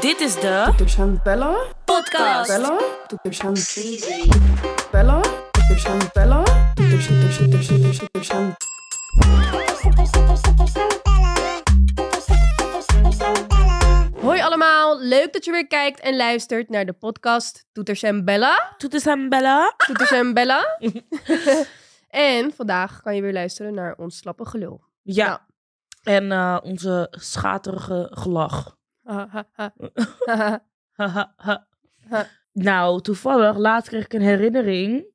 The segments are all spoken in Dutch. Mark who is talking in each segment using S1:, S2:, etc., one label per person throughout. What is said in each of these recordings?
S1: Dit is de
S2: Tu chant Bella?
S1: podcast.
S2: Bella? Tu chant Bella? Tu chant Bella? Tu chant tu chant tu chant tu chant
S3: Hoi allemaal, leuk dat je weer kijkt en luistert naar de podcast Toeters en Bella.
S1: Toeters en Bella.
S3: Toeters en Bella. en vandaag kan je weer luisteren naar ons slappe gelul.
S1: Ja.
S3: Ja.
S1: En eh, onze schaterige gelach. Haha, ha.
S3: Ha.
S1: nou, toevallig laatst kreeg ik een herinnering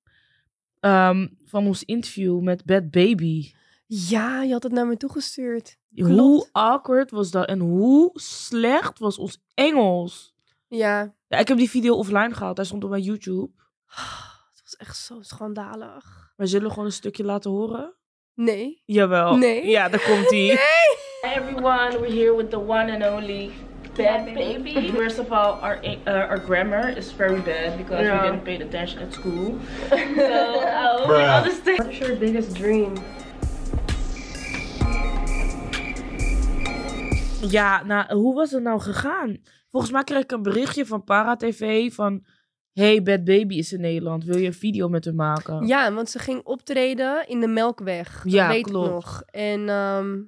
S1: ehm, van ons interview met Bad Baby.
S3: ja, je had het naar me toegestuurd.
S1: Hoe
S3: Klopt.
S1: awkward was dat en hoe slecht was ons Engels?
S3: Ja,
S1: Ja, ik heb die video offline gehaald. Hij stond op mijn YouTube.
S3: het was echt zo schandalig.
S1: Maar zullen we gewoon een stukje laten horen?
S3: Nee.
S1: Jawel.
S3: Nee.
S1: Ja, daar komt hij.
S4: Hi everyone, we're here with the one and only Bad Baby. First of all, our uh, our grammar is very bad because we didn't pay attention at school. So uh, we understand.
S3: What's your biggest dream?
S1: Ja, nou, hoe was het nou gegaan? Volgens mij kreeg ik een berichtje van ParaTV van... Hey, Bad Baby is in Nederland. Wil je een video met hem maken?
S3: Ja, want ze ging optreden in de Melkweg.
S1: Oh. Ja,
S3: dat weet
S1: klopt.
S3: ik nog. En ehm,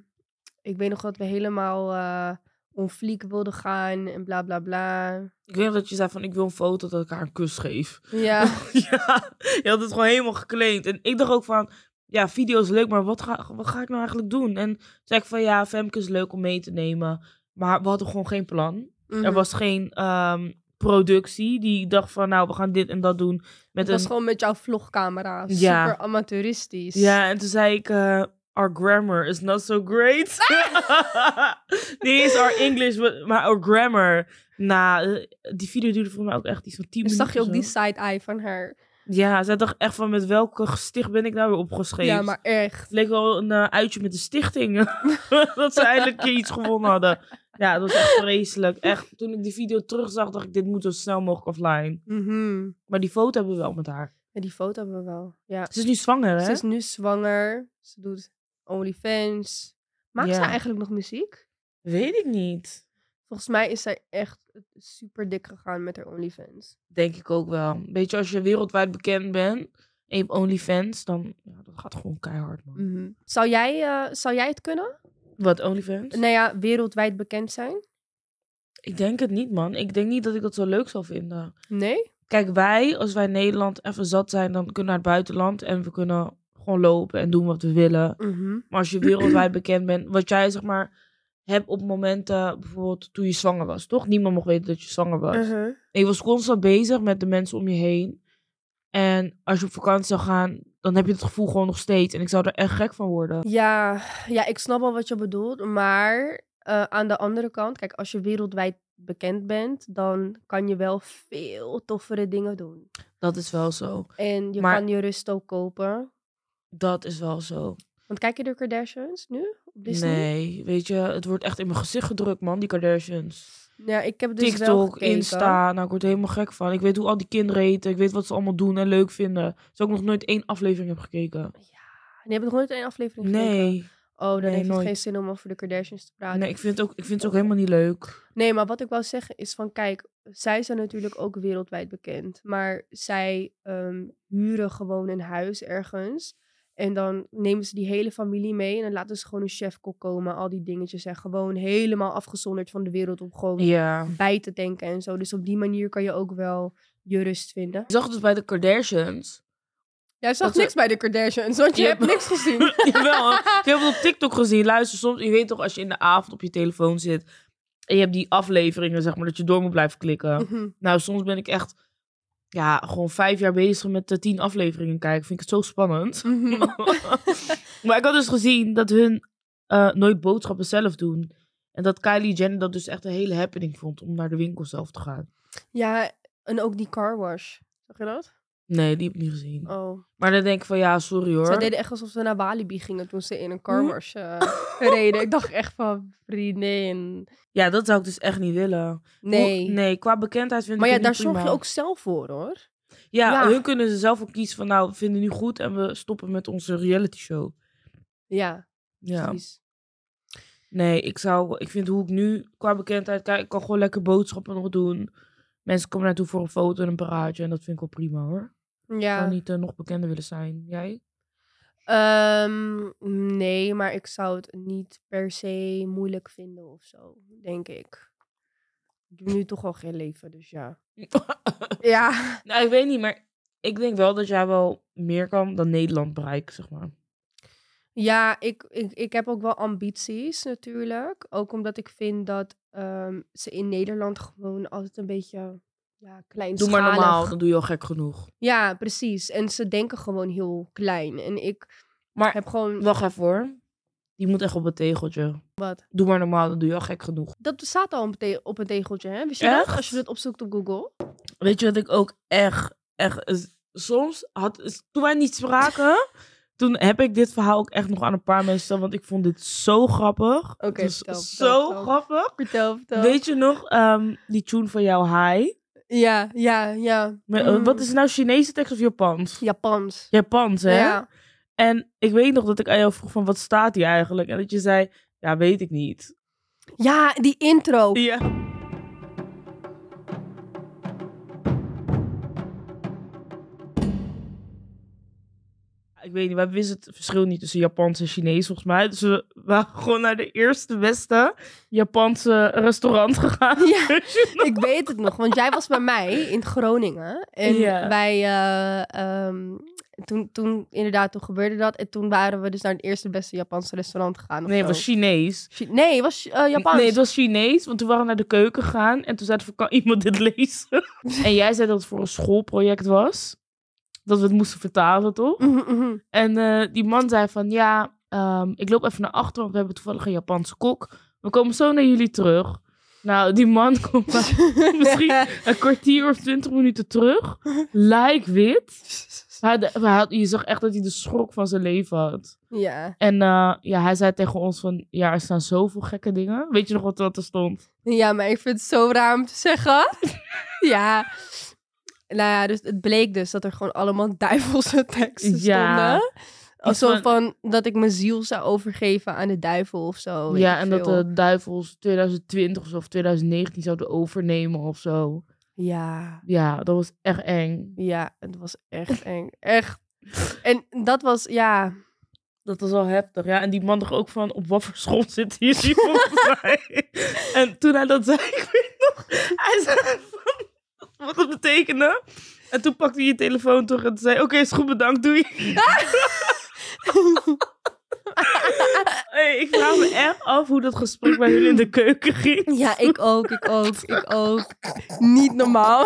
S3: ik weet nog dat we helemaal eh on fleek wilden gaan en bla bla bla.
S1: Ik weet nog dat je zei van, ik wil een foto dat ik haar een kus geef.
S3: Ja.
S1: ja, je had het gewoon helemaal geclaimd. En ik dacht ook van, ja, video is leuk, maar wat ga, wat ga ik nou eigenlijk doen? En toen zei ik van, ja, Femke is leuk om mee te nemen. Maar we hadden gewoon geen plan.
S3: mhm.
S1: Er was geen ehm, productie die dacht van, nou, we gaan dit en dat doen. Met
S3: Het was
S1: een...
S3: gewoon met jouw vlogcamera.
S1: Ja.
S3: Super amateuristisch.
S1: Ja, en toen zei ik, eh, our grammar is not so great.
S3: Ah!
S1: Niet eens our English, wa- maar our grammar. Nou, eh, die video duurde volgens mij ook echt iets van 10
S3: En
S1: minuten.
S3: zag je ook die
S1: zo.
S3: side-eye van haar.
S1: Ja, zij dacht echt van, met welke gesticht ben ik nou weer opgeschreven?
S3: Ja, maar echt.
S1: Het leek wel een eh, uitje met de stichting. dat ze eindelijk een keer iets gewonnen hadden. Ja, dat was echt vreselijk. Echt, toen ik die video terugzag, dacht ik, dit moet zo snel mogelijk offline.
S3: Mhm.
S1: Maar die foto hebben we wel met haar.
S3: Ja, die foto hebben we wel. Ja.
S1: Ze is nu zwanger, hè?
S3: Ze is nu zwanger. Ze doet OnlyFans. Maakt
S1: Ja.
S3: ze eigenlijk nog muziek?
S1: Weet ik niet.
S3: Volgens mij is zij echt super dik gegaan met haar OnlyFans.
S1: Denk ik ook wel. Weet je, als je wereldwijd bekend bent en je hebt OnlyFans, dan ja, dat gaat gewoon keihard, man.
S3: Mhm. zou, jij, eh, zou jij het kunnen?
S1: Wat, OnlyFans?
S3: Nou ja, wereldwijd bekend zijn?
S1: Ik denk het niet, man. Ik denk niet dat ik dat zo leuk zou vinden.
S3: Nee?
S1: Kijk, wij, als wij in Nederland even zat zijn, dan kunnen we naar het buitenland en we kunnen gewoon lopen en doen wat we willen.
S3: Mhm.
S1: Maar als je wereldwijd bekend bent, wat jij zeg maar hebt op momenten, bijvoorbeeld toen je zwanger was, toch? Niemand mocht weten dat je zwanger was.
S3: Mhm.
S1: En je was constant bezig met de mensen om je heen. En als je op vakantie zou gaan, dan heb je het gevoel gewoon nog steeds. En ik zou er echt gek van worden.
S3: Ja, ja, ik snap al wat je bedoelt. Maar eh, aan de andere kant, kijk, als je wereldwijd bekend bent, dan kan je wel veel toffere dingen doen.
S1: Dat is wel zo.
S3: En je
S1: Maar-
S3: kan je rust ook kopen.
S1: Dat is wel zo.
S3: Want kijk je de Kardashians nu op Disney?
S1: Nee, weet je, het wordt echt in mijn gezicht gedrukt, man, die Kardashians.
S3: Ja, ik heb dus wel
S1: TikTok,
S3: gekeken.
S1: Insta, nou, ik word er helemaal gek van. Ik weet hoe al die kinderen heten, ik weet wat ze allemaal doen en leuk vinden. Zo ik nog nooit één aflevering heb gekeken.
S3: En je hebt nog nooit één aflevering gekeken?
S1: Nee,
S3: Oh, dan
S1: Nee,
S3: heeft het
S1: nooit.
S3: geen zin om over de Kardashians te praten. Oh.
S1: nee ik, vind het ook, ik vind het ook helemaal niet leuk.
S3: Nee, maar wat ik wou zeggen is van, kijk, zij zijn natuurlijk ook wereldwijd bekend. Maar zij ehm, huren gewoon een huis ergens. En dan nemen ze die hele familie mee en dan laten ze gewoon een chefkok komen. Al die dingetjes zijn gewoon helemaal afgezonderd van de wereld om gewoon
S1: Ja.
S3: bij te denken en zo. Dus op die manier kan je ook wel je rust vinden.
S1: Ik zag dus bij de Kardashians.
S3: Jij zag
S1: Dat ze-
S3: niks bij de Kardashians, want je,
S1: Je
S3: hebt
S1: hebt-
S3: niks gezien.
S1: Jawel, hè. ik heb het op TikTok gezien. Luister, soms, je weet toch, als je in de avond op je telefoon zit en je hebt die afleveringen, zeg maar, dat je door moet blijven klikken.
S3: Mhm.
S1: Nou, soms ben ik echt, ja, gewoon vijf jaar bezig met de tien afleveringen kijken. Vind ik het zo spannend.
S3: Mhm.
S1: maar ik had dus gezien dat hun eh, nooit boodschappen zelf doen. En dat Kylie Jenner dat dus echt een hele happening vond om naar de winkel zelf te gaan.
S3: ja, en ook die car wash. Zag je dat?
S1: Nee, die heb ik niet gezien.
S3: Oh.
S1: Maar dan denk ik van, ja, sorry hoor.
S3: Ze deden echt alsof ze naar Walibi gingen toen ze in een car
S1: Hm?
S3: wash eh, reden. Ik dacht echt van, vriendin.
S1: Ja, dat zou ik dus echt niet willen.
S3: Nee.
S1: Nee, qua bekendheid vind
S3: Maar
S1: ik
S3: ja,
S1: het
S3: daar
S1: niet
S3: zorg je
S1: prima.
S3: ook zelf voor, hoor.
S1: Ja,
S3: Ja.
S1: hun kunnen ze zelf ook kiezen van nou, we vinden nu goed en we stoppen met onze reality show.
S3: Ja,
S1: Ja.
S3: precies.
S1: Nee, ik zou. Ik vind hoe ik nu qua bekendheid kijk, ik kan gewoon lekker boodschappen nog doen. Mensen komen naartoe voor een foto en een paraatje. En dat vind ik wel prima hoor. Ik
S3: Ja.
S1: zou niet eh, nog bekender willen zijn. Jij?
S3: Ehm, nee, maar ik zou het niet per se moeilijk vinden of zo, denk ik. Ik heb nu toch al geen leven, dus ja. Ja,
S1: nou, ik weet niet, maar ik denk wel dat jij wel meer kan dan Nederland bereiken, zeg maar.
S3: ja ik, ik, ik heb ook wel ambities natuurlijk. Ook omdat ik vind dat ehm, ze in Nederland gewoon altijd een beetje ja,
S1: Doe
S3: kleinschalig...
S1: maar normaal, dan doe je al gek genoeg.
S3: Ja, precies. En ze denken gewoon heel klein. En ik
S1: Maar
S3: heb gewoon...
S1: wacht even hoor. Die moet echt op het tegeltje.
S3: Wat?
S1: Doe maar normaal, dan doe je al gek genoeg.
S3: Dat staat al op, te- op een tegeltje, hè? Wist je dat?
S1: Echt?
S3: Als je dat opzoekt op Google.
S1: Weet je wat ik ook echt, echt... is- Soms had... is- Toen wij niet spraken... toen heb ik dit verhaal ook echt nog aan een paar mensen verteld. Want ik vond dit zo grappig. Het
S3: Oké,
S1: was
S3: vertel, vertel,
S1: zo
S3: vertel.
S1: grappig.
S3: Vertel, vertel.
S1: Weet je nog ehm, die tune van jou, Hi?
S3: Ja, ja, ja.
S1: Maar, eh,
S3: Mm.
S1: Wat is het nou, Chinese tekst of Japans?
S3: Japans.
S1: Japans, hè?
S3: Ja.
S1: En ik weet nog dat ik aan jou vroeg van, wat staat hier eigenlijk? En dat je zei, ja, weet ik niet.
S3: ja, die intro.
S1: Ja. Ik weet niet, wij wisten het verschil niet tussen Japans en Chinees volgens mij. Dus we waren gewoon naar de eerste beste Japanse restaurant gegaan.
S3: Ja.
S1: Weet je nog?
S3: Ik weet het nog, want jij was bij mij in Groningen. En
S1: Ja.
S3: wij, eh, ehm, toen, toen, inderdaad, toen gebeurde dat. En toen waren we dus naar het eerste beste Japanse restaurant gegaan. of
S1: Nee, het
S3: zo.
S1: was Chinees.
S3: Chi- Nee, het was eh, Japans.
S1: Nee, het was Chinees, want toen waren we naar de keuken gegaan en toen zeiden we, kan iemand dit lezen? en jij zei dat het voor een schoolproject was, dat we het moesten vertalen, toch?
S3: Mhm, mhm.
S1: En eh, die man zei van, ja, ehm, ik loop even naar achter, want we hebben toevallig een Japanse kok. We komen zo naar jullie terug. Nou, die man komt na misschien een kwartier of twintig minuten terug, lijk wit. Hij, had- hij had, je zag echt dat hij de schok van zijn leven had.
S3: Ja.
S1: En eh, ja, hij zei tegen ons van, ja, er staan zoveel gekke dingen. Weet je nog wat, wat er stond?
S3: ja, maar ik vind het zo raar om te zeggen. ja. Nou ja, dus het bleek dus dat er gewoon allemaal duivelse teksten
S1: Ja.
S3: stonden. Alsof
S1: van-
S3: van dat ik mijn ziel zou overgeven aan de duivel of zo. weet
S1: ja,
S3: ik
S1: en dat
S3: veel.
S1: de duivels 2020 of zo, of 2019 zouden overnemen of zo.
S3: Ja,
S1: Ja, dat was echt eng.
S3: ja, het was echt eng. Echt. En dat was, ja,
S1: Dat was wel heftig. Ja, en die man dacht ook van, op wat voor school zit hier die volgens mij? En toen hij dat zei, ik weet nog, hij zei van, wat dat betekende. En toen pakte hij je telefoon terug en toen zei, oké, is goed, bedankt, doei. Hey, ik vraag me echt af hoe dat gesprek bij jullie in de keuken ging.
S3: ja, ik ook, ik ook, ik ook. Niet normaal.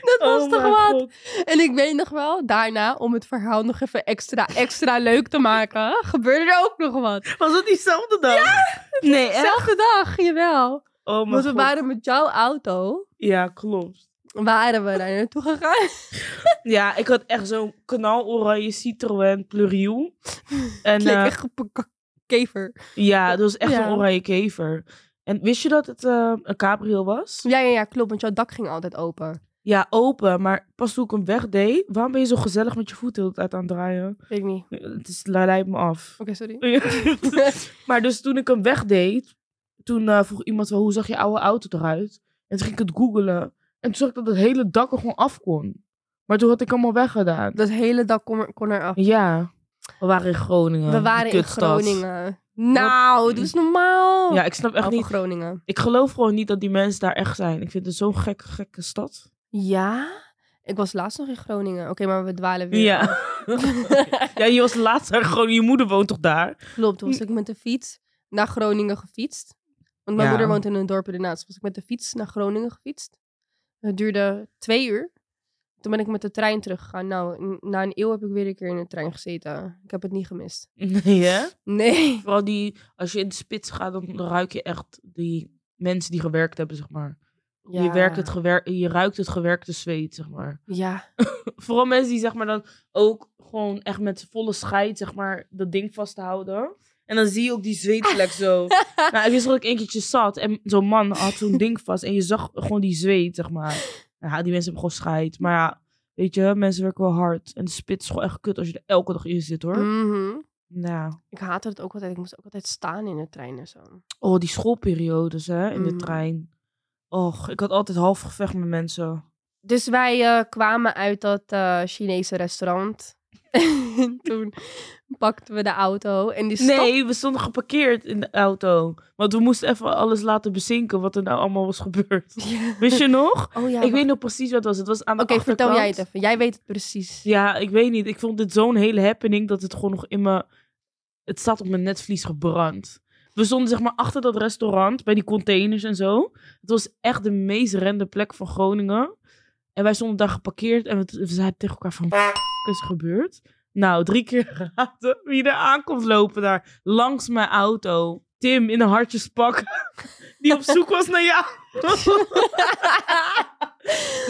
S3: dat was
S1: Oh
S3: toch
S1: mijn
S3: wat?
S1: God.
S3: En ik weet nog wel, daarna, om het verhaal nog even extra, extra leuk te maken, gebeurde er ook nog wat.
S1: Was dat diezelfde dag? Nee, echt?
S3: Zelfde dag, jawel.
S1: Oh mijn
S3: Want we
S1: God.
S3: waren met jouw auto,
S1: Ja, klopt.
S3: waren we daar naartoe gegaan.
S1: Ja, ik had echt zo'n knaloranje Citroën Pluriel. En
S3: Het leek
S1: eh,
S3: echt op een kever.
S1: ja, dat was echt
S3: Ja.
S1: een oranje kever. En wist je dat het eh, een cabrio was?
S3: Ja, ja, ja, klopt, want jouw dak ging altijd open.
S1: Ja, open, maar pas toen ik hem wegdeed, waarom ben je zo gezellig met je voet de hele tijd aan het draaien?
S3: Weet ik niet. Oké,
S1: Het is, leidt me af.
S3: sorry.
S1: maar dus toen ik hem wegdeed, toen eh, vroeg iemand wel, hoe zag je oude auto eruit? En toen ging ik het googelen. En toen zag ik dat het hele dak er gewoon af kon. Maar toen had ik hem al weggedaan.
S3: Dat hele dak kon, er- kon eraf.
S1: Ja, we waren in Groningen.
S3: we
S1: die
S3: waren in
S1: kutstad.
S3: Groningen. Nou, doe eens normaal.
S1: Ja, ik snap echt
S3: Over
S1: niet.
S3: Groningen.
S1: Ik geloof gewoon niet dat die mensen daar echt zijn. Ik vind het zo'n gekke, gekke stad.
S3: Ja? Ik was laatst nog in Groningen. Oké, maar we dwalen weer. af.
S1: ja, je was laatst daar gewoon. Je moeder woont toch daar?
S3: Klopt, toen was ik met de fiets naar Groningen gefietst. Want mijn
S1: Ja.
S3: moeder woont in een dorp ernaast. Was ik met de fiets naar Groningen gefietst. Het duurde twee uur. Toen ben ik met de trein teruggegaan. Nou, n- na een eeuw heb ik weer een keer in de trein gezeten. Ik heb het niet gemist.
S1: Nee, hè?
S3: Nee.
S1: Vooral die, als je in de spits gaat, dan ruik je echt die mensen die gewerkt hebben, zeg maar. Je, werkt het gewer- je ruikt het gewerkte zweet, zeg maar.
S3: Ja.
S1: Vooral mensen die, zeg maar, dan ook gewoon echt met volle scheid, zeg maar, dat ding vasthouden. En dan zie je ook die zweetvlek zo. nou, ik wist dat ik een keertje zat en zo'n man had zo'n ding vast en je zag gewoon die zweet, zeg maar. Ja, die mensen hebben gewoon scheid. Maar ja, weet je, mensen werken wel hard. En de spit is gewoon echt kut als je er elke dag in zit, hoor.
S3: Mhm.
S1: Nou.
S3: Ik haatte het ook altijd. Ik moest ook altijd staan in de trein en zo.
S1: Oh, die schoolperiodes hè, in de
S3: Mhm.
S1: trein. Och, ik had altijd half gevecht met mensen.
S3: Dus wij eh, kwamen uit dat eh, Chinese restaurant. en toen pakten we de auto. En die stap...
S1: Nee, we stonden geparkeerd in de auto. Want we moesten even alles laten bezinken wat er nou allemaal was gebeurd.
S3: Ja.
S1: Wist je nog?
S3: Oh ja.
S1: ik
S3: wacht.
S1: weet nog precies wat het was. Het was aan de
S3: Oké, vertel jij
S1: achterkant.
S3: het even. Jij weet het precies.
S1: Ja, ik weet niet. Ik vond dit zo'n hele happening dat het gewoon nog in mijn... Het staat op mijn netvlies gebrand. We stonden zeg maar achter dat restaurant, bij die containers en zo. Het was echt de meest rende plek van Groningen. En wij stonden daar geparkeerd en we, we zeiden tegen elkaar van... "F**k is er gebeurd? Nou, drie keer raden wie er aankomt lopen daar. Langs mijn auto. Tim in een hartjespak. Die op zoek was naar jou.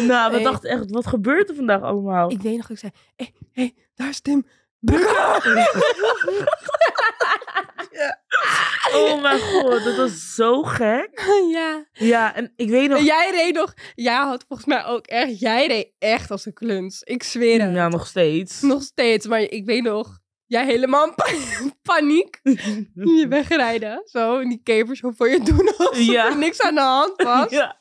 S1: nou, we
S3: Hey.
S1: dachten echt, wat gebeurt er vandaag allemaal?
S3: ik weet nog, ik zei, hé, hey, hey, daar is Tim.
S1: Oh mijn god, dat was zo gek.
S3: ja.
S1: Ja, en ik weet nog...
S3: En jij reed nog, jij had volgens mij ook echt, jij reed echt als een kluns. Ik zweer het.
S1: Ja, nog steeds.
S3: Nog steeds, maar ik weet nog, jij helemaal in pa- paniek. Je wegrijden, zo, en die kevers zo voor je doen alsof
S1: Ja.
S3: er niks aan de hand was.
S1: Ja.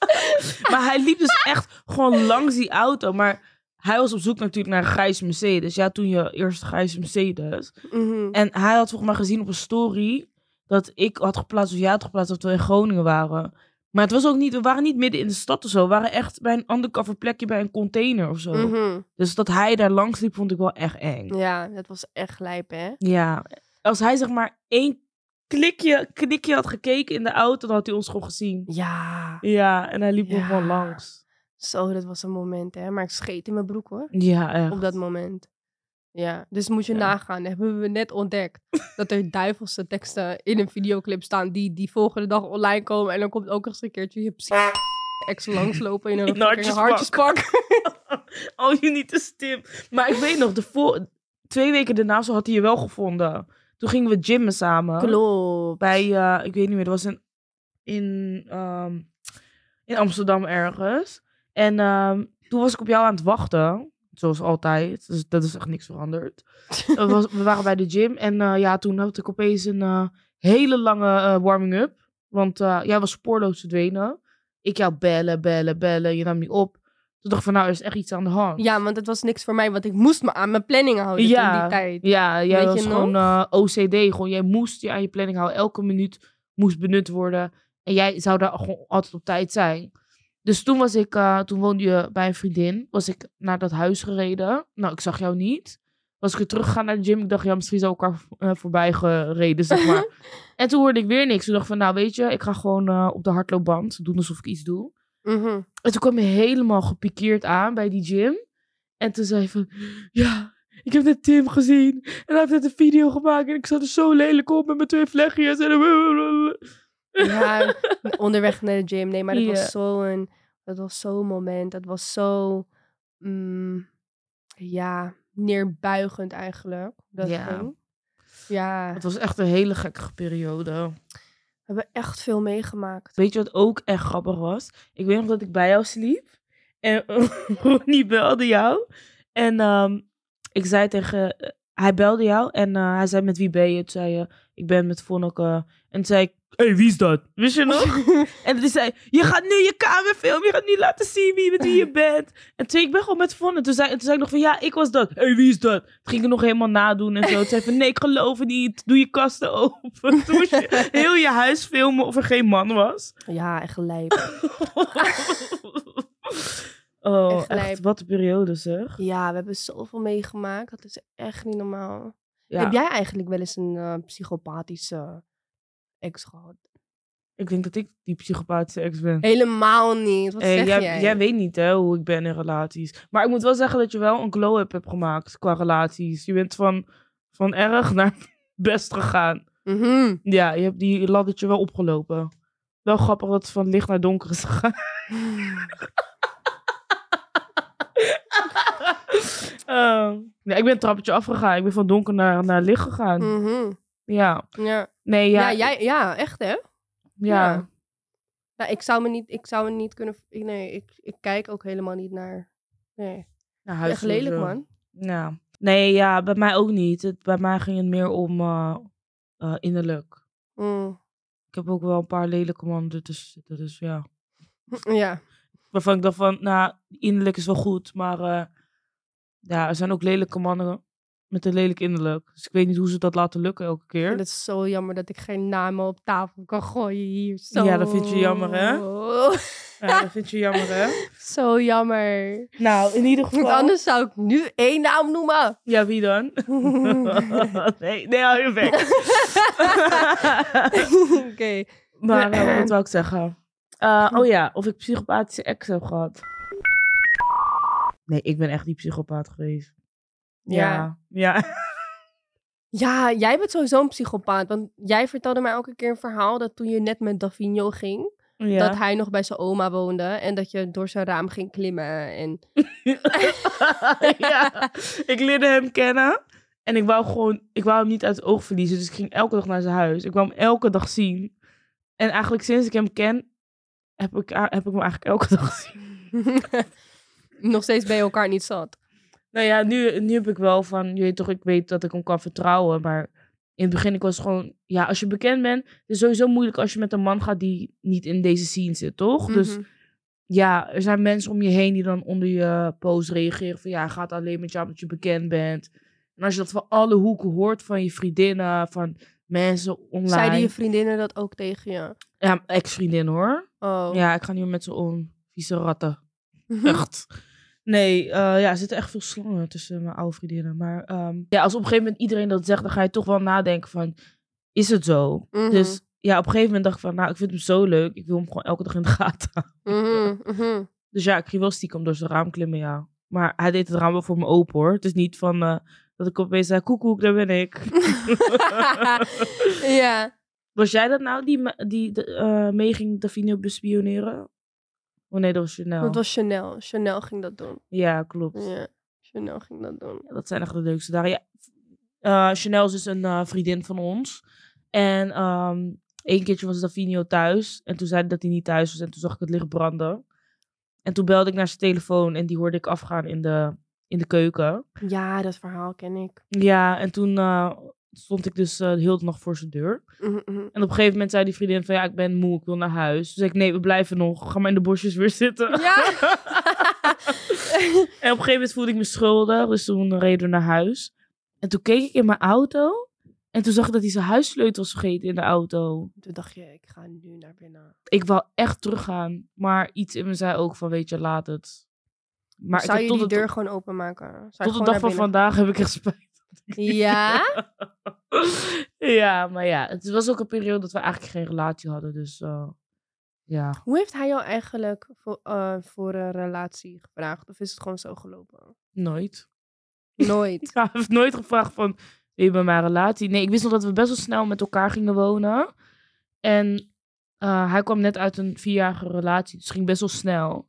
S1: Maar hij liep dus echt gewoon langs die auto. Maar hij was op zoek natuurlijk naar een grijze Mercedes. Ja, toen je eerste grijze Mercedes.
S3: Mhm.
S1: En hij had volgens mij gezien op een story... dat ik had geplaatst of jij had geplaatst dat we in Groningen waren. Maar het was ook niet... We waren niet midden in de stad of zo. We waren echt bij een undercover plekje bij een container of zo.
S3: Mhm.
S1: Dus dat hij daar langs liep vond ik wel echt eng.
S3: Ja, dat was echt lijp, hè?
S1: Ja, als hij zeg maar één klikje, knikje had gekeken in de auto, dan had hij ons gewoon gezien.
S3: Ja,
S1: Ja, en hij liep nog
S3: Ja.
S1: gewoon langs.
S3: zo, dat was een moment, hè? Maar ik scheet in mijn broek, hoor.
S1: Ja, eh. echt.
S3: op dat moment. Ja, dus moet je
S1: Ja.
S3: nagaan. Hebben we net ontdekt dat er duivelse teksten in een videoclip staan die die volgende dag online komen. En dan komt ook eens een keertje je psych- ex langslopen in een
S1: In een
S3: fucking
S1: hartjespak.
S3: hartjespak.
S1: Oh, je niet te stim. Maar ik weet nog, de vol- twee weken daarna zo had hij je wel gevonden. Toen gingen we gymmen samen.
S3: Klopt.
S1: Bij, eh, ik weet niet meer, dat was in, in, ehm, in Amsterdam ergens. En ehm, toen was ik op jou aan het wachten. Zoals altijd. Dus dat is echt niks veranderd. we, was- we waren bij de gym. En eh, ja, toen had ik opeens een eh, hele lange eh, warming-up. Want eh, jij was spoorloos verdwenen. Ik jou bellen, bellen, bellen. Je nam niet op. Toen dacht ik van, nou, er is echt iets aan de hand.
S3: Ja, want het was niks voor mij, want ik moest me aan mijn planning houden in
S1: Ja.
S3: die tijd.
S1: Ja, jij
S3: Weet je
S1: was
S3: nog?
S1: gewoon eh, OCD. Gewoon, jij moest je aan je planning houden. Elke minuut moest benut worden. En jij zou daar gewoon altijd op tijd zijn. Dus toen was ik, eh, toen woonde je bij een vriendin. Was ik naar dat huis gereden. Nou, ik zag jou niet. Was ik weer teruggegaan naar de gym. Ik dacht, ja, misschien zou ik elkaar eh, voorbij gereden, zeg maar. en toen hoorde ik weer niks. Toen dacht ik van, nou weet je, ik ga gewoon eh, op de hardloopband doen alsof ik iets doe.
S3: Mhm.
S1: En toen kwam je helemaal gepikeerd aan bij die gym. En toen zei je van, ja, ik heb net Tim gezien. En hij heeft net een video gemaakt. En ik zat er zo lelijk op met mijn twee vlechtjes. En
S3: Ja, onderweg naar de gym. Nee, maar dat
S1: Ja.
S3: was zo'n dat was zo'n moment. Dat was zo, mm, ja, neerbuigend eigenlijk. hoe Dat
S1: Ja.
S3: ging. Ja,
S1: Het was echt een hele gekke periode.
S3: we hebben echt veel meegemaakt.
S1: Weet je wat ook echt grappig was? Ik weet nog dat ik bij jou sliep. En Ronnie belde jou. En ehm, ik zei tegen... eh, Hij belde jou en eh, hij zei met wie ben je? Toen zei je, ik ben met Vonneke. En toen zei ik, hé, hey, wie is dat? Wist je nog? En toen zei hij, je gaat nu je kamer filmen. Je gaat nu laten zien wie, met wie je bent. En toen zei ik, ik ben gewoon met Vonne. Toen zei, toen zei ik nog van, ja, ik was dat. Hé, hey, wie is dat? Toen ging ik nog helemaal nadoen en zo. Toen zei hij van, nee, ik geloof het niet. Doe je kasten open. Toen moest je heel je huis filmen of er geen man was.
S3: ja, echt lijp.
S1: Oh,
S3: Echt
S1: echt,
S3: lijp.
S1: wat een periode zeg.
S3: Ja, we hebben zoveel meegemaakt. Dat is echt niet normaal.
S1: Ja,
S3: Heb jij eigenlijk wel eens een eh, psychopathische ex gehad?
S1: ik denk dat ik die psychopathische ex ben.
S3: Helemaal niet. Wat
S1: Eh,
S3: zeg
S1: jij,
S3: jij?
S1: jij weet niet hè, hoe ik ben in relaties. Maar ik moet wel zeggen dat je wel een glow-up hebt gemaakt qua relaties. Je bent van, van erg naar best gegaan.
S3: Mhm.
S1: Ja, je hebt die laddertje wel opgelopen. Wel grappig dat het van licht naar donker is gegaan. Ehm, nee, ik ben een trappetje afgegaan. Ik ben van donker naar, naar licht gegaan.
S3: Mhm.
S1: Ja.
S3: Ja.
S1: Nee, ja.
S3: Nou, Ja, jij, ja, echt hè?
S1: ja.
S3: ja. Nou, ik zou me niet, ik zou me niet kunnen. ik- Nee, ik, ik kijk ook helemaal niet naar. Nee,
S1: Naar
S3: echt
S1: huis
S3: lelijk
S1: of zo.
S3: man.
S1: Ja. Nee, ja, bij mij ook niet. Het, bij mij ging het meer om eh, eh, innerlijk.
S3: Mm,
S1: Ik heb ook wel een paar lelijke mannen ertussen zitten, dus ja.
S3: ja.
S1: Waarvan ik dacht van, nou, innerlijk is wel goed, maar eh, ja, er zijn ook lelijke mannen met een lelijk innerlijk. Dus ik weet niet hoe ze dat laten lukken elke
S3: Ik
S1: keer.
S3: vind het zo jammer dat ik geen namen op tafel kan gooien hier. Zo.
S1: Ja, dat vind je jammer, hè? Ja, dat vind je jammer, hè?
S3: zo jammer.
S1: Nou, in ieder
S3: Want
S1: geval...
S3: anders zou ik nu één naam noemen.
S1: Ja, wie dan? nee, nee, hou je weg.
S3: Oké.
S1: maar eh, wat wou ik zeggen? Eh, oh ja, of ik psychopathische ex heb gehad. Nee, ik ben echt die psychopaat geweest. Ja. Ja.
S3: Ja, jij bent sowieso een psychopaat. Want jij vertelde mij ook een keer een verhaal dat toen je net met Davino ging,
S1: ja.
S3: dat hij nog bij zijn oma woonde en dat je door zijn raam ging klimmen. En
S1: ja, ik leerde hem kennen. En ik wou gewoon, ik wou hem niet uit het oog verliezen. Dus ik ging elke dag naar zijn huis. Ik kwam hem elke dag zien. En eigenlijk sinds ik hem ken, heb ik, heb ik hem eigenlijk elke dag gezien.
S3: nog steeds bij elkaar niet zat.
S1: Nou ja, nu, nu heb ik wel van, je weet toch, ik weet dat ik hem kan vertrouwen. Maar in het begin, ik was gewoon, ja, als je bekend bent, het is sowieso moeilijk als je met een man gaat die niet in deze scene zit, toch? Dus
S3: Mhm.
S1: ja, er zijn mensen om je heen die dan onder je post reageren van ja, hij gaat alleen met jou omdat je bekend bent. En als je dat van alle hoeken hoort, van je vriendinnen, van mensen online.
S3: zeiden je vriendinnen dat ook tegen je?
S1: Ja, ex-vriendin hoor.
S3: Oh.
S1: Ja, ik ga nu met ze om. Vieze ratten. Echt. Nee, eh, ja, er zitten echt veel slangen tussen mijn oude vriendinnen. Maar ehm, ja, als op een gegeven moment iedereen dat zegt, dan ga je toch wel nadenken van, is het zo?
S3: Mhm.
S1: Dus ja, op een gegeven moment dacht ik van, nou, ik vind hem zo leuk. Ik wil hem gewoon elke dag in de gaten
S3: Mhm, mhm.
S1: Dus ja, ik ging wel stiekem door zijn raam klimmen, ja. Maar hij deed het raam wel voor me open, hoor. Het is niet van eh, dat ik opeens zei, koekoek, daar ben ik.
S3: ja.
S1: was jij dat nou die, me- die de, eh, meeging Davino bespioneren? Oh nee, dat was Chanel.
S3: Dat was Chanel. Chanel ging dat doen.
S1: Ja, klopt.
S3: Ja. Chanel ging dat doen.
S1: Ja, dat zijn echt de leukste dagen. Ja, eh, Chanel is dus een eh, vriendin van ons. En ehm één keertje was Davino thuis. En toen zei hij dat hij niet thuis was. En toen zag ik het licht branden. En toen belde ik naar zijn telefoon. En die hoorde ik afgaan in de, in de keuken.
S3: Ja, dat verhaal ken ik.
S1: Ja, en toen eh, stond ik dus eh, de hele nacht voor zijn deur.
S3: Mhm.
S1: En op een gegeven moment zei die vriendin van... Ja, ik ben moe, ik wil naar huis. Toen zei ik, nee, we blijven nog. Ga maar in de bosjes weer zitten.
S3: Ja.
S1: en op een gegeven moment voelde ik me schuldig. Dus toen reden we naar huis. En toen keek ik in mijn auto. En toen zag ik dat hij zijn huissleutel was vergeten in de auto.
S3: Toen dacht je, ik ga nu naar binnen.
S1: Ik wou echt teruggaan. Maar iets in me zei ook van, weet je, laat het. Maar
S3: Zou
S1: ik
S3: je
S1: heb
S3: die
S1: tot,
S3: deur
S1: het,
S3: gewoon openmaken? Zou je
S1: tot de dag
S3: gewoon naar
S1: van
S3: binnen-
S1: vandaag heb ik echt spijt.
S3: Ja?
S1: ja, maar ja, het was ook een periode dat we eigenlijk geen relatie hadden. Dus eh, ja.
S3: Hoe heeft hij jou eigenlijk voor, eh, voor een relatie gevraagd? Of is het gewoon zo gelopen?
S1: Nooit.
S3: Nooit.
S1: Ja, hij heeft nooit gevraagd van, wil je bij mij een relatie? Nee, ik wist nog dat we best wel snel met elkaar gingen wonen. En eh, hij kwam net uit een vierjarige relatie, dus het ging best wel snel.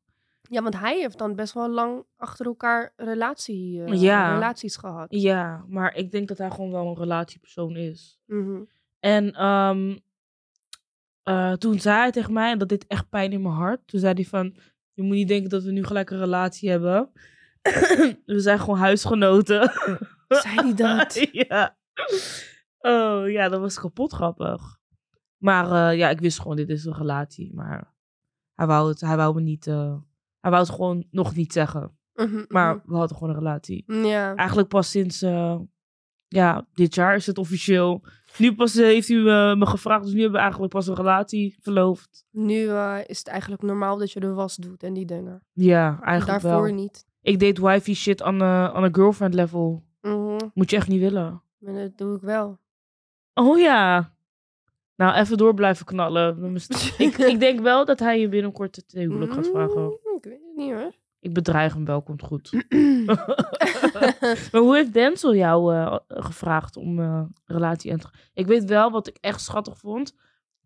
S3: Ja, want hij heeft dan best wel lang achter elkaar relatie, eh,
S1: Ja.
S3: relaties gehad.
S1: Ja, maar ik denk dat hij gewoon wel een relatiepersoon is.
S3: Mhm.
S1: En ehm, eh, toen zei hij tegen mij, en dat deed echt pijn in mijn hart. Toen zei hij van, je moet niet denken dat we nu gelijk een relatie hebben. we zijn gewoon huisgenoten.
S3: Zei hij dat?
S1: ja. Oh ja, dat was kapot grappig. Maar eh, ja, ik wist gewoon, dit is een relatie. Maar hij wou het, hij wou me niet, eh, hij wou het gewoon nog niet zeggen.
S3: Mhm,
S1: Maar we hadden gewoon een relatie.
S3: mhm. Ja.
S1: Eigenlijk pas sinds, eh, ja, dit jaar is het officieel. Nu pas eh, heeft u eh, me gevraagd, dus nu hebben we eigenlijk pas een relatie verloofd.
S3: Nu eh, is het eigenlijk normaal dat je de was doet en die dingen.
S1: Ja, eigenlijk
S3: Daarvoor
S1: wel.
S3: niet.
S1: Ik deed wifey shit aan eh, aan een girlfriend level.
S3: Mhm.
S1: Moet je echt niet willen.
S3: Maar dat doe ik wel.
S1: Oh ja. Nou, even door blijven knallen. Dan is- ik, ik denk wel dat hij je binnenkort het huwelijk gaat vragen.
S3: Mm, Ik weet het niet hoor.
S1: Ik bedreig hem wel, komt goed. maar hoe heeft Denzel jou eh, gevraagd om eh, relatie en te... Ik weet wel wat ik echt schattig vond.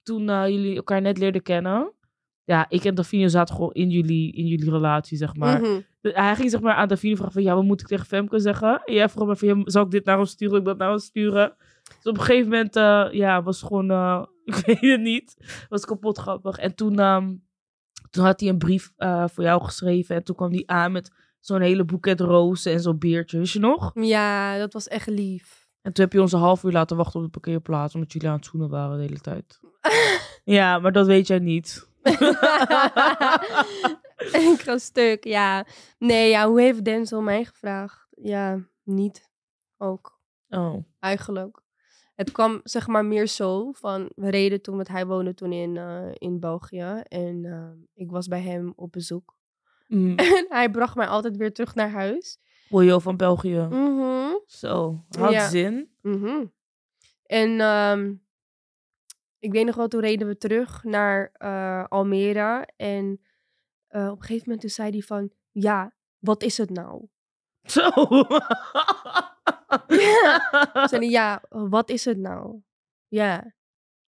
S1: Toen eh, jullie elkaar net leerden kennen. Ja, ik en Davine zaten gewoon in jullie, in jullie relatie, zeg maar.
S3: Mhm.
S1: Dus Hij ging zeg maar aan Davine vragen van... Ja, wat moet ik tegen Femke zeggen? En jij vroeg me van... Ja, zal ik dit naar hem sturen? Zal ik dat naar hem sturen? Dus op een gegeven moment... eh, ja, was gewoon... eh, ik weet het niet. Was kapot grappig. En toen... ehm, toen had hij een brief eh, voor jou geschreven. En toen kwam hij aan met... zo'n hele boeket rozen en zo'n biertje, wist je nog?
S3: Ja, dat was echt lief.
S1: En toen heb je ons een half uur laten wachten op de parkeerplaats, omdat jullie aan het zoenen waren de hele tijd. ja, maar dat weet jij niet.
S3: ik ga stuk, ja. Nee, ja, hoe heeft Denzel mij gevraagd? Ja, niet. Ook,
S1: Oh,
S3: eigenlijk. Het kwam zeg maar meer zo van, we reden toen, want hij woonde toen in, eh, in België. En eh, ik was bij hem op bezoek.
S1: mm.
S3: En hij bracht mij altijd weer terug naar huis.
S1: Boyo van België.
S3: Mhm.
S1: Mm-hmm. Zo, had
S3: Ja.
S1: zin.
S3: Mhm. En ehm, ik weet nog wel, toen reden we terug naar eh, Almere. En eh, op een gegeven moment toen zei hij van, ja, wat is het nou?
S1: Zo.
S3: Ja. Toen zei hij, ja, wat is het nou? Ja.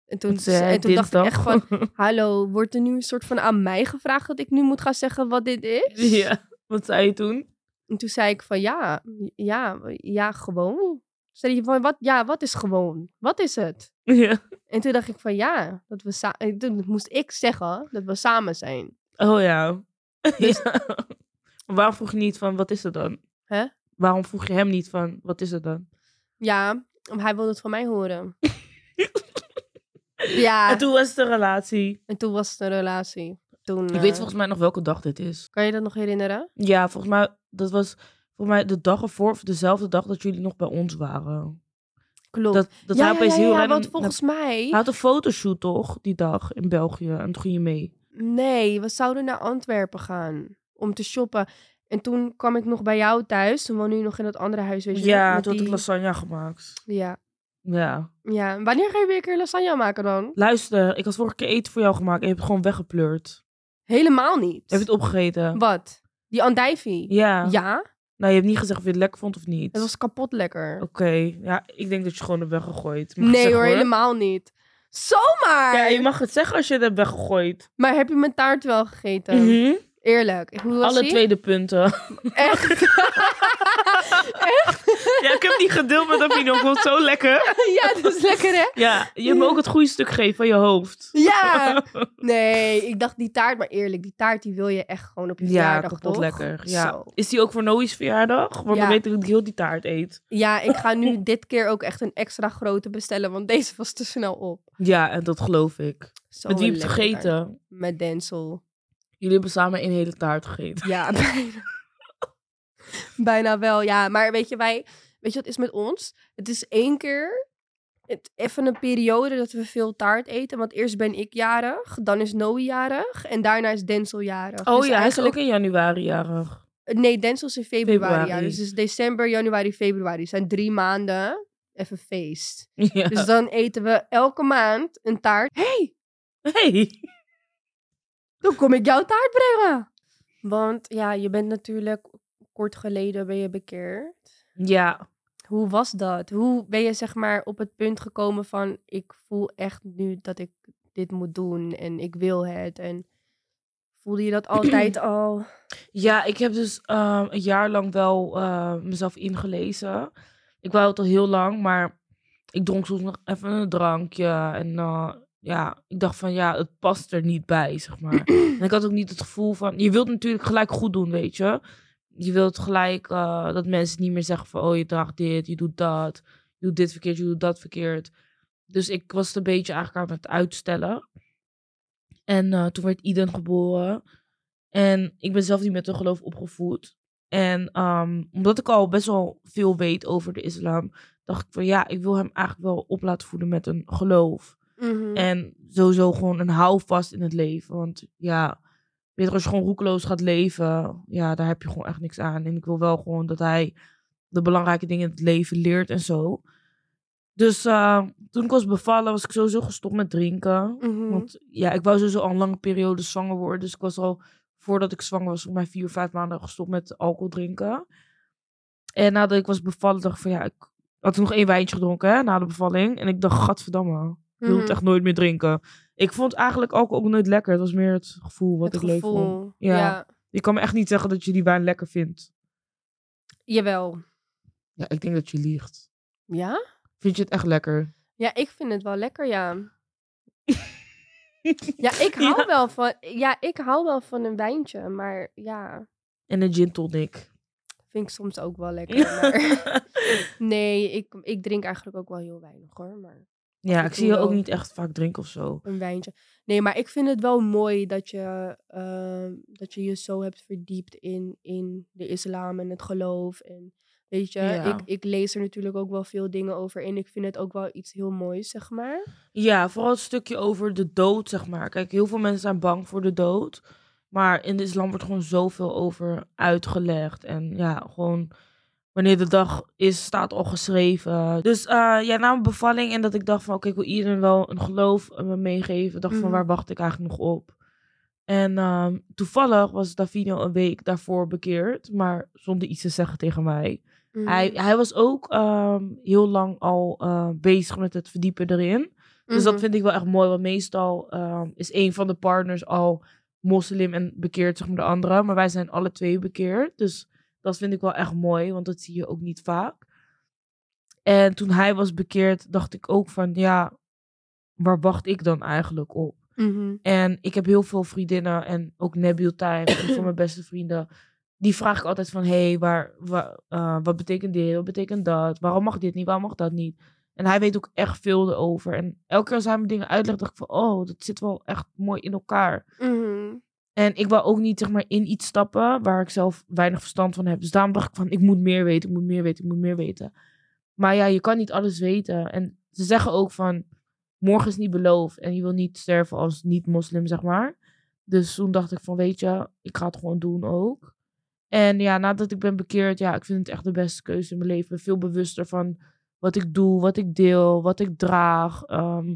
S3: En toen,
S1: Ze-
S3: en toen dacht ik
S1: dinsdag.
S3: echt van, hallo, wordt er nu een soort van aan mij gevraagd dat ik nu moet gaan zeggen wat dit is?
S1: ja, wat zei je toen?
S3: En toen zei ik van, ja, ja, ja, gewoon. Toen zei hij van, wat, ja, wat is gewoon? Wat is het?
S1: Ja.
S3: En toen dacht ik van ja, dat we sa- eh, toen moest ik zeggen dat we samen zijn.
S1: Oh ja. ja. Waarom vroeg je niet van, wat is het dan?
S3: Hè?
S1: Waarom vroeg je hem niet van, wat is het dan?
S3: Ja, maar hij wilde het van mij horen. ja, en
S1: En
S3: toen,
S1: toen was het een relatie.
S3: was het een relatie. Toen,
S1: Ik weet
S3: eh,
S1: volgens mij nog welke dag dit is.
S3: Kan je dat nog herinneren?
S1: Ja, volgens mij, dat was volgens mij de dag ervoor, of dezelfde dag dat jullie nog bij ons waren.
S3: Klopt.
S1: Dat, dat
S3: Oh. ja,
S1: hij
S3: ja,
S1: opeens
S3: ja,
S1: heel
S3: ja,
S1: random-
S3: want volgens mij...
S1: Hij had een fotoshoot toch, die dag in België. En toen ging je mee.
S3: Nee, we zouden naar Antwerpen gaan om te shoppen. En toen kwam ik nog bij jou thuis. Toen woonde je nog in dat andere huis, weet je nog,
S1: Ja,
S3: met
S1: toen had ik
S3: die-
S1: lasagne gemaakt.
S3: Ja,
S1: Ja.
S3: ja. Wanneer ga je weer een keer lasagne maken dan?
S1: Luister, ik had vorige keer eten voor jou gemaakt en je hebt het gewoon weggepleurd.
S3: Helemaal niet.
S1: Je hebt het opgegeten.
S3: Wat? Die andijvie?
S1: Ja.
S3: ja?
S1: Nou, je hebt niet gezegd of je het lekker vond of niet.
S3: Het was kapot lekker.
S1: Oké, ja, ik denk dat je gewoon hebt weggegooid. Mag ik
S3: nee
S1: zeggen,
S3: hoor, helemaal niet. Zomaar!
S1: Ja, je mag het zeggen als je het hebt weggegooid.
S3: Maar heb je mijn taart wel gegeten?
S1: Mhm.
S3: Eerlijk. Hoe was
S1: Alle
S3: die?
S1: tweede punten.
S3: Echt?
S1: ja, ik heb niet gedeeld met Amino. Ik vond het zo lekker.
S3: ja, dat is lekker hè?
S1: Ja, je moet ook het goede stuk geven van je hoofd.
S3: Ja! Nee, ik dacht die taart, maar eerlijk, die taart die wil je echt gewoon op je
S1: Ja,
S3: verjaardag,
S1: kapot
S3: toch?
S1: lekker. Ja.
S3: Zo.
S1: Is die ook voor Noë's verjaardag? Want
S3: Ja.
S1: dan weet ik dat ik heel die taart eet.
S3: Ja, ik ga nu dit keer ook echt een extra grote bestellen, want deze was te snel op.
S1: Ja, en dat geloof ik.
S3: Zo
S1: met wie
S3: een
S1: heb je het
S3: lekkere
S1: gegeten?
S3: taart. Met Denzel.
S1: Jullie hebben samen één hele taart gegeten.
S3: Ja, bijna. bijna wel, ja. Maar weet je, wij, weet je wat is met ons? Het is één keer, het, even een periode dat we veel taart eten. Want eerst ben ik jarig, dan is Noe jarig en daarna is Denzel jarig.
S1: Oh ja, hij
S3: Dus
S1: is ook
S3: eigenlijk-
S1: in januari jarig.
S3: Nee, Denzel is in februari,
S1: Februari.
S3: jarig. Dus het is december, januari, februari. Het zijn drie maanden even feest.
S1: Ja.
S3: Dus dan eten we elke maand een taart. Hé, hey,
S1: Hey.
S3: dan kom ik jouw taart brengen. Want ja, je bent natuurlijk kort geleden ben je bekeerd.
S1: Ja,
S3: Hoe was dat? Hoe ben je zeg maar op het punt gekomen van ik voel echt nu dat ik dit moet doen en ik wil het en voelde je dat altijd al?
S1: Ja, ik heb dus ehm, een jaar lang wel eh, mezelf ingelezen. Ik wou het al heel lang, maar ik dronk soms nog even een drankje. En eh, ja, ik dacht van ja, het past er niet bij, zeg maar. en ik had ook niet het gevoel van... Je wilt natuurlijk gelijk goed doen, weet je. Je wilt gelijk eh, dat mensen niet meer zeggen van... Oh, je draagt dit, je doet dat. Je doet dit verkeerd, je doet dat verkeerd. Dus ik was het een beetje eigenlijk aan het uitstellen. En eh, toen werd Iden geboren. En ik ben zelf niet met een geloof opgevoed. En ehm, omdat ik al best wel veel weet over de islam, dacht ik van ja, ik wil hem eigenlijk wel op laten voeden met een geloof.
S3: Mhm.
S1: En sowieso gewoon een houvast in het leven. Want ja, weet je, als je gewoon roekeloos gaat leven, ja, daar heb je gewoon echt niks aan. En ik wil wel gewoon dat hij de belangrijke dingen in het leven leert en zo. Dus eh, toen ik was bevallen, was ik sowieso gestopt met drinken.
S3: Mhm.
S1: Want ja, ik wou sowieso al een lange periode zwanger worden. Dus ik was al, voordat ik zwanger was, voor mij vier, vijf maanden gestopt met alcohol drinken. En nadat ik was bevallen, dacht ik van ja, ik had toen nog één wijntje gedronken hè, na de bevalling. En ik dacht, gadverdamme, ik wil
S3: Mhm.
S1: het echt nooit meer drinken. Ik vond eigenlijk alcohol ook nooit lekker. Het was meer het gevoel wat
S3: Het
S1: ik leuk vond.
S3: gevoel. Ja.
S1: Ja. Je kan me echt niet zeggen dat je die wijn lekker vindt.
S3: jawel.
S1: Ja, ik denk dat je liegt.
S3: Ja?
S1: Vind je het echt lekker?
S3: Ja, ik vind het wel lekker, ja. Ja, ik hou wel van, ja, ik hou wel van een wijntje, maar ja,
S1: en een gin tonic.
S3: Vind ik soms ook wel lekker. Maar nee, ik, ik drink eigenlijk ook wel heel weinig hoor. Maar
S1: ja, ik zie je ook niet echt vaak drinken of zo.
S3: een wijntje. Nee, maar ik vind het wel mooi dat je ehm, dat je, je zo hebt verdiept in, in de islam en het geloof. En weet je,
S1: Ja.
S3: ik, ik lees er natuurlijk ook wel veel dingen over. En ik vind het ook wel iets heel moois, zeg maar.
S1: Ja, vooral het stukje over de dood, zeg maar. Kijk, heel veel mensen zijn bang voor de dood. Maar in de islam wordt gewoon zoveel over uitgelegd. En ja, gewoon wanneer de dag is, staat al geschreven. Dus eh, ja, na mijn bevalling en dat ik dacht van... Oké, ik wil iedereen wel een geloof eh, me meegeven. dacht van,
S3: Mhm.
S1: waar wacht ik eigenlijk nog op? En ehm, toevallig was Davino een week daarvoor bekeerd. Maar zonder iets te zeggen tegen mij.
S3: Mhm.
S1: Hij, hij was ook ehm, heel lang al eh, bezig met het verdiepen erin.
S3: Mm-hmm.
S1: Dus dat vind ik wel echt mooi. Want meestal ehm, is een van de partners al moslim en bekeerd, zeg maar de andere. Maar wij zijn alle twee bekeerd. Dus dat vind ik wel echt mooi, want dat zie je ook niet vaak. En toen hij was bekeerd, dacht ik ook van ja, waar wacht ik dan eigenlijk op?
S3: Mm-hmm.
S1: En ik heb heel veel vriendinnen en ook Nabil Time, een van mijn beste vrienden. Die vraag ik altijd van, hey, waar, wa- eh, wat betekent dit? Wat betekent dat? Waarom mag dit niet? Waarom mag dat niet? En hij weet ook echt veel erover. En elke keer als hij me dingen uitlegt, dacht ik van, oh, dat zit wel echt mooi in elkaar.
S3: Mm-hmm.
S1: En ik wil ook niet, zeg maar, in iets stappen waar ik zelf weinig verstand van heb. Dus daarom dacht ik van, ik moet meer weten, ik moet meer weten, ik moet meer weten. Maar ja, je kan niet alles weten. En ze zeggen ook van, morgen is niet beloofd en je wil niet sterven als niet-moslim, zeg maar. Dus toen dacht ik van, weet je, ik ga het gewoon doen ook. En ja, nadat ik ben bekeerd, ja, ik vind het echt de beste keuze in mijn leven. Veel bewuster van wat ik doe, wat ik deel, wat ik draag, ehm,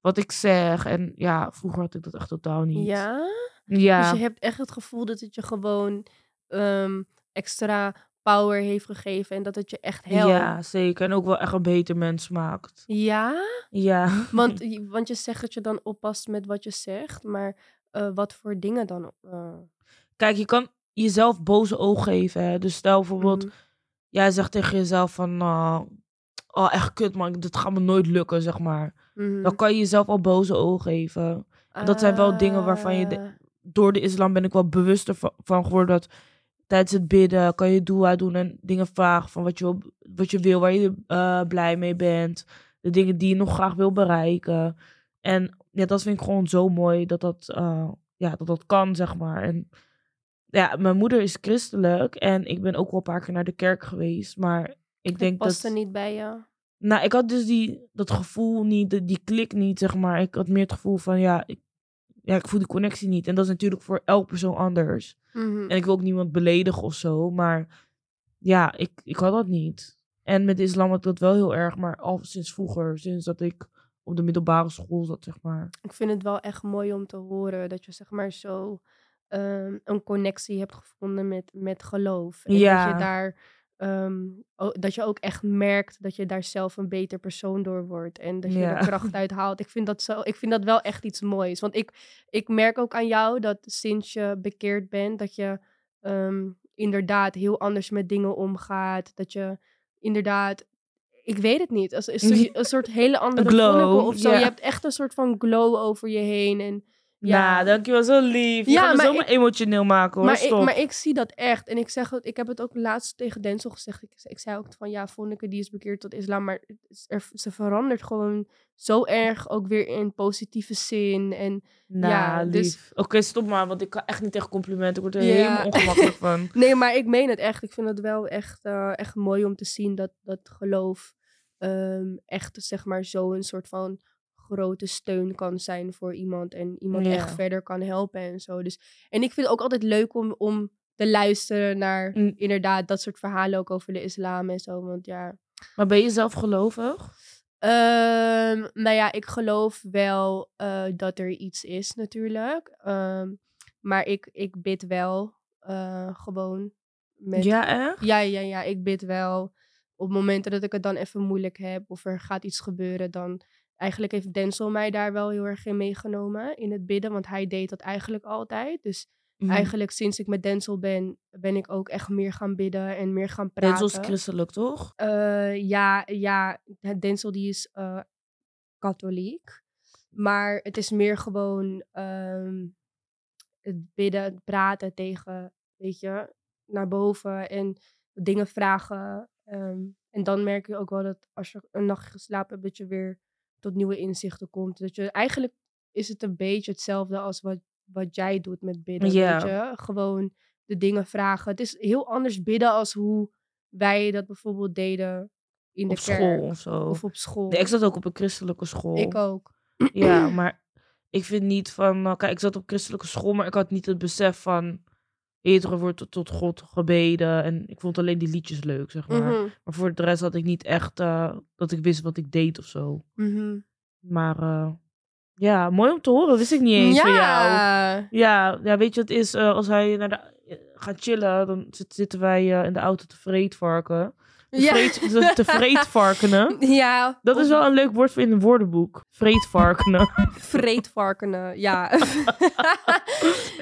S1: wat ik zeg. En ja, vroeger had ik dat echt totaal niet.
S3: Ja?
S1: ja.
S3: Dus je hebt echt het gevoel dat het je gewoon ehm, extra power heeft gegeven. En dat het je echt helpt.
S1: Ja, zeker. En ook wel echt een beter mens maakt.
S3: Ja?
S1: Ja.
S3: Want, je- want je zegt dat je dan oppast met wat je zegt, maar eh, wat voor dingen dan? eh,
S1: Kijk, je kan jezelf boze oog geven. Hè? Dus stel bijvoorbeeld,
S3: mhm.
S1: jij zegt tegen jezelf van... ah, oh, echt kut man, dit gaat me nooit lukken, zeg maar.
S3: Mhm.
S1: Dan kan je jezelf al boze oog geven. En dat zijn wel dingen waarvan je de-
S3: Ah,
S1: Door de islam ben ik wel bewuster va- van geworden dat... Tijdens het bidden kan je dua doen en dingen vragen van wat je, wil- wat je wil, waar je eh, blij mee bent. De dingen die je nog graag wil bereiken. En ja, dat vind ik gewoon zo mooi dat dat, eh, ja, dat, dat kan, zeg maar. En ja, mijn moeder is christelijk en ik ben ook wel een paar keer naar de kerk geweest. Maar ik
S3: het
S1: denk
S3: past
S1: dat...
S3: er niet bij je.
S1: Nou, ik had dus die, dat gevoel niet, de- die klik niet, zeg maar. Ik had meer het gevoel van, ja ik, ja, ik voel die connectie niet. En dat is natuurlijk voor elk persoon anders.
S3: Mhm.
S1: En ik wil ook niemand beledigen of zo, maar ja, ik, ik had dat niet. En met de islam had ik dat wel heel erg, maar al sinds vroeger, sinds dat ik op de middelbare school zat, zeg maar.
S3: Ik vind het wel echt mooi om te horen dat je zeg maar zo ehm, een connectie hebt gevonden met, met geloof. En dat
S1: Ja.
S3: je daar ehm, o- dat je ook echt merkt dat je daar zelf een beter persoon door wordt. En dat je
S1: Ja.
S3: er kracht uit haalt. Ik vind dat, zo, ik vind dat wel echt iets moois. Want ik, ik merk ook aan jou dat sinds je bekeerd bent, dat je ehm, inderdaad heel anders met dingen omgaat. Dat je inderdaad. Ik weet het niet. Als, een soort- een soort hele andere
S1: glow,
S3: vonnikel of zo.
S1: ja.
S3: Je hebt echt een soort van glow over je heen. En,
S1: Ja,
S3: Ja.
S1: Nou, dankjewel, zo lief. Je
S3: Ja,
S1: gaat me
S3: maar
S1: zomaar
S3: ik-
S1: emotioneel maken, hoor.
S3: maar, ik,
S1: Stop.
S3: maar ik zie dat echt. En ik zeg het, ik heb het ook laatst tegen Denzel gezegd. Ik, ik zei ook van ja, Vonneke die is bekeerd tot islam. Maar het is- er, ze verandert gewoon zo erg ook weer in positieve zin. En
S1: Nou,
S3: ja,
S1: lief.
S3: dus-
S1: Oké, stop maar, want ik kan echt niet tegen complimenten. Ik word er
S3: Ja.
S1: helemaal ongemakkelijk van.
S3: Nee, maar ik meen het echt. Ik vind het wel echt, eh, echt mooi om te zien dat, dat geloof ehm, echt zeg maar zo'n soort van grote steun kan zijn voor iemand. En iemand
S1: Ja.
S3: echt verder kan helpen en zo. Dus, en ik vind het ook altijd leuk om, om te luisteren naar
S1: Mm.
S3: inderdaad dat soort verhalen ook over de islam en zo. Want ja,
S1: Maar ben je zelf gelovig?
S3: Ehm, nou ja, ik geloof wel eh, dat er iets is natuurlijk. Ehm, maar ik, ik bid wel eh, gewoon met
S1: Ja, echt?
S3: ja, ja, ja, ik bid wel. Op momenten dat ik het dan even moeilijk heb of er gaat iets gebeuren, dan. Eigenlijk heeft Denzel mij daar wel heel erg in meegenomen in het bidden, want hij deed dat eigenlijk altijd. Dus eigenlijk sinds ik met Denzel ben, ben ik ook echt meer gaan bidden en meer gaan praten.
S1: Net zoals christelijk, toch?
S3: Eh, ja, ja, het Denzel die is eh, katholiek. Maar het is meer gewoon ehm, het bidden, het praten tegen, weet je, naar boven en dingen vragen. Ehm, en dan merk je ook wel dat als je een nachtje geslapen hebt, dat je weer tot nieuwe inzichten komt. Dat je, eigenlijk is het een beetje hetzelfde als wat, wat jij doet met bidden.
S1: Ja.
S3: Weet je? Gewoon de dingen vragen. Het is heel anders bidden als hoe wij dat bijvoorbeeld deden in de
S1: Op
S3: kerk.
S1: school of zo.
S3: Of op school.
S1: Nee, ik zat ook op een christelijke school.
S3: Ik ook.
S1: Ja, maar ik vind niet van... nou, kijk, ik zat op christelijke school, maar ik had niet het besef van... Eerder wordt tot God gebeden. En ik vond alleen die liedjes leuk, zeg maar.
S3: Mhm,
S1: Maar voor de rest had ik niet echt... eh, dat ik wist wat ik deed of zo.
S3: mhm.
S1: Maar eh, ja, mooi om te horen. Wist ik niet eens van jou. Ja, ja, weet je wat het is? Eh, als hij naar de, eh, gaat chillen, dan zit- zitten wij eh, in de auto te vreedvarken. Te,
S3: Ja.
S1: vreed, te, te vreedvarkenen.
S3: Ja.
S1: Dat is wel een leuk woord voor in een woordenboek. Vreedvarkenen.
S3: Vreedvarkenen, ja.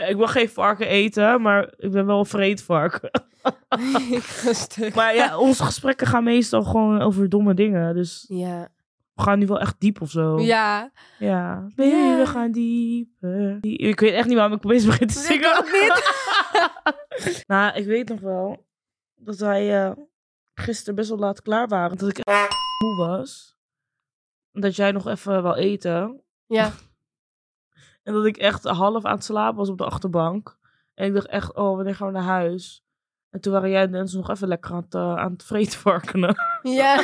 S1: ik wil geen varken eten, maar ik ben wel een vreedvarken. Oh.
S3: ik ga stuk.
S1: Maar ja, onze gesprekken gaan meestal gewoon over domme dingen. Dus
S3: ja.
S1: we gaan nu wel echt diep of zo.
S3: Ja.
S1: Ja. Baby,
S3: Ja.
S1: we gaan dieper. Die- Ik weet echt niet waarom Dus ik opeens begin te
S3: Ik
S1: zingen.
S3: ook niet.
S1: Nou, ik weet nog wel dat wij eh, gisteren best wel laat klaar waren. Dat ik echt moe was. En Dat jij nog even wou eten.
S3: Ja.
S1: En dat ik echt half aan het slapen was op de achterbank. En ik dacht echt, oh, wanneer gaan we naar huis? En toen waren jij en Dennis nog even lekker aan het, eh, aan het vreedvarkenen.
S3: Ja.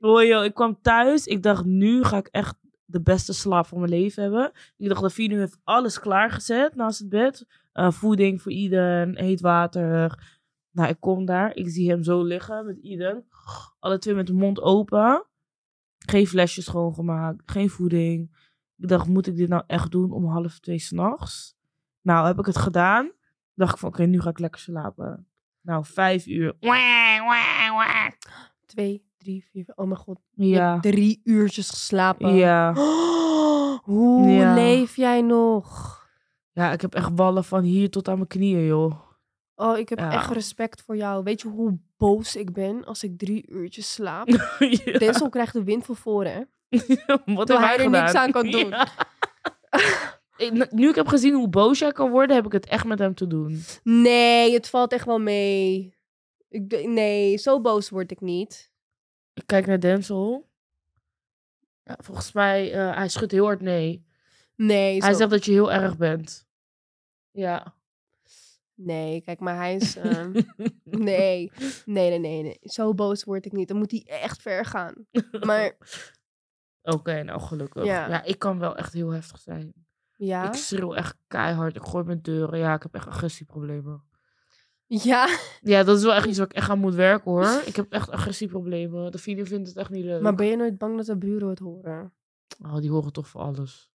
S1: Oh, joh, ik kwam thuis. Ik dacht, nu ga ik echt de beste slaap van mijn leven hebben. Ik dacht, dat Fien heeft alles klaargezet naast het bed. Eh, voeding voor Iden, heet water. Nou, ik kom daar. Ik zie hem zo liggen met Iden. Alle twee met de mond open. Geen flesjes schoongemaakt. Geen voeding. Ik dacht, moet ik dit nou echt doen om half twee s'nachts? Nou, heb ik het gedaan. Dacht ik van, oké, nu ga ik lekker slapen. Nou, vijf uur.
S3: Twee, drie, vier. Oh mijn god. Je
S1: Ja.
S3: hebt Drie uurtjes geslapen.
S1: Ja.
S3: Hoe
S1: Ja.
S3: leef jij nog?
S1: Ja, ik heb echt wallen van hier tot aan mijn knieën, joh.
S3: Oh, ik heb
S1: Ja.
S3: echt respect voor jou. Weet je hoe boos ik ben als ik drie uurtjes slaap?
S1: Ja,
S3: Denzel krijgt de wind van voren, hè?
S1: Wat
S3: Terwijl
S1: heb
S3: hij er
S1: gedaan?
S3: niks aan kan doen.
S1: Ja. Ik- Nu ik heb gezien hoe boos jij kan worden, heb ik het echt met hem te doen.
S3: Nee, het valt echt wel mee. Ik, d- nee, zo boos word ik niet.
S1: Ik kijk naar Denzel. Ja, volgens mij, eh, hij schudt heel hard nee.
S3: Nee,
S1: Hij
S3: zo-
S1: zegt dat je heel erg bent. Ja.
S3: nee kijk, maar hij is... ehm, nee. nee, nee, nee, nee. Zo boos word ik niet. Dan moet hij echt ver gaan. Maar
S1: Oké, nou gelukkig.
S3: Ja.
S1: Ja. ik kan wel echt heel heftig zijn.
S3: ja,
S1: Ik schreeuw echt keihard. Ik gooi mijn deuren. Ja, ik heb echt agressieproblemen.
S3: ja.
S1: Ja, dat is wel echt iets waar ik echt aan moet werken hoor. Ik heb echt agressieproblemen. De video vindt het echt niet leuk.
S3: Maar ben je nooit bang dat de buren het horen?
S1: Oh, die horen toch voor alles.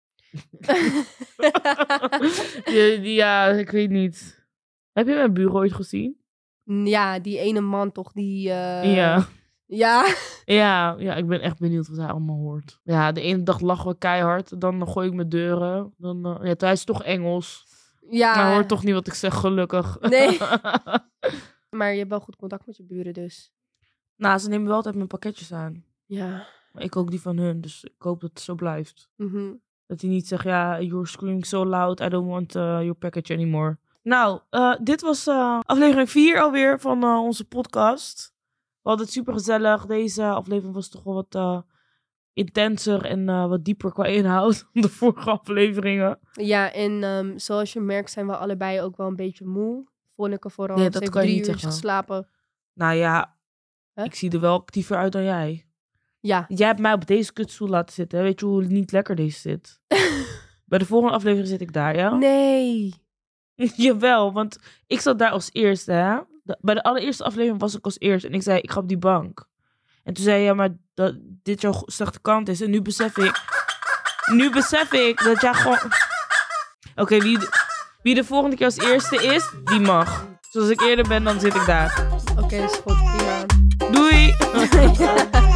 S1: ja, ja, ik weet niet. Heb je mijn bureau ooit gezien?
S3: ja, die ene man toch, die... eh,
S1: ja.
S3: Ja.
S1: ja. Ja, ik ben echt benieuwd wat hij allemaal hoort. Ja, de ene dag lachen we keihard. Dan gooi ik mijn deuren. Dan, eh, ja, hij is toch Engels.
S3: Ja.
S1: Hij hoort toch niet wat ik zeg, gelukkig.
S3: Nee. Maar je hebt wel goed contact met je buren dus.
S1: nou, ze nemen wel altijd mijn pakketjes aan.
S3: Ja.
S1: Maar ik ook die van hun. Dus ik hoop dat het zo blijft.
S3: Mhm.
S1: Dat hij niet zegt, ja, you're screaming so loud, I don't want eh, your package anymore. Nou, eh, dit was eh, aflevering 4 alweer van eh, onze podcast. We hadden het super gezellig. Deze aflevering was toch wel wat eh, intenser en eh, wat dieper qua inhoud dan de vorige afleveringen.
S3: Ja, en ehm, zoals je merkt zijn we allebei ook wel een beetje moe. Vonneke vooral.
S1: Nee,
S3: Ze
S1: dat
S3: heeft
S1: kan je
S3: drie
S1: niet
S3: uurtjes
S1: zeggen.
S3: geslapen.
S1: Nou ja,
S3: Hè?
S1: ik zie er wel actiever uit dan jij.
S3: Ja.
S1: Jij hebt mij op deze kutstoel laten zitten. hè? Weet je hoe niet lekker deze zit? Bij de volgende aflevering zit ik daar, ja?
S3: Nee.
S1: Jawel, want ik zat daar als eerste, hè? De- bij de allereerste aflevering was ik als eerste en ik zei, ik ga op die bank. En toen zei je, ja, maar dat dit jouw go- slechte kant is. En nu besef ik, nu besef ik dat jij gewoon... Oké, wie, de- wie de volgende keer als eerste is, die mag. Zoals ik eerder ben, dan zit ik daar.
S3: Oké, is goed. Prima.
S1: Doei!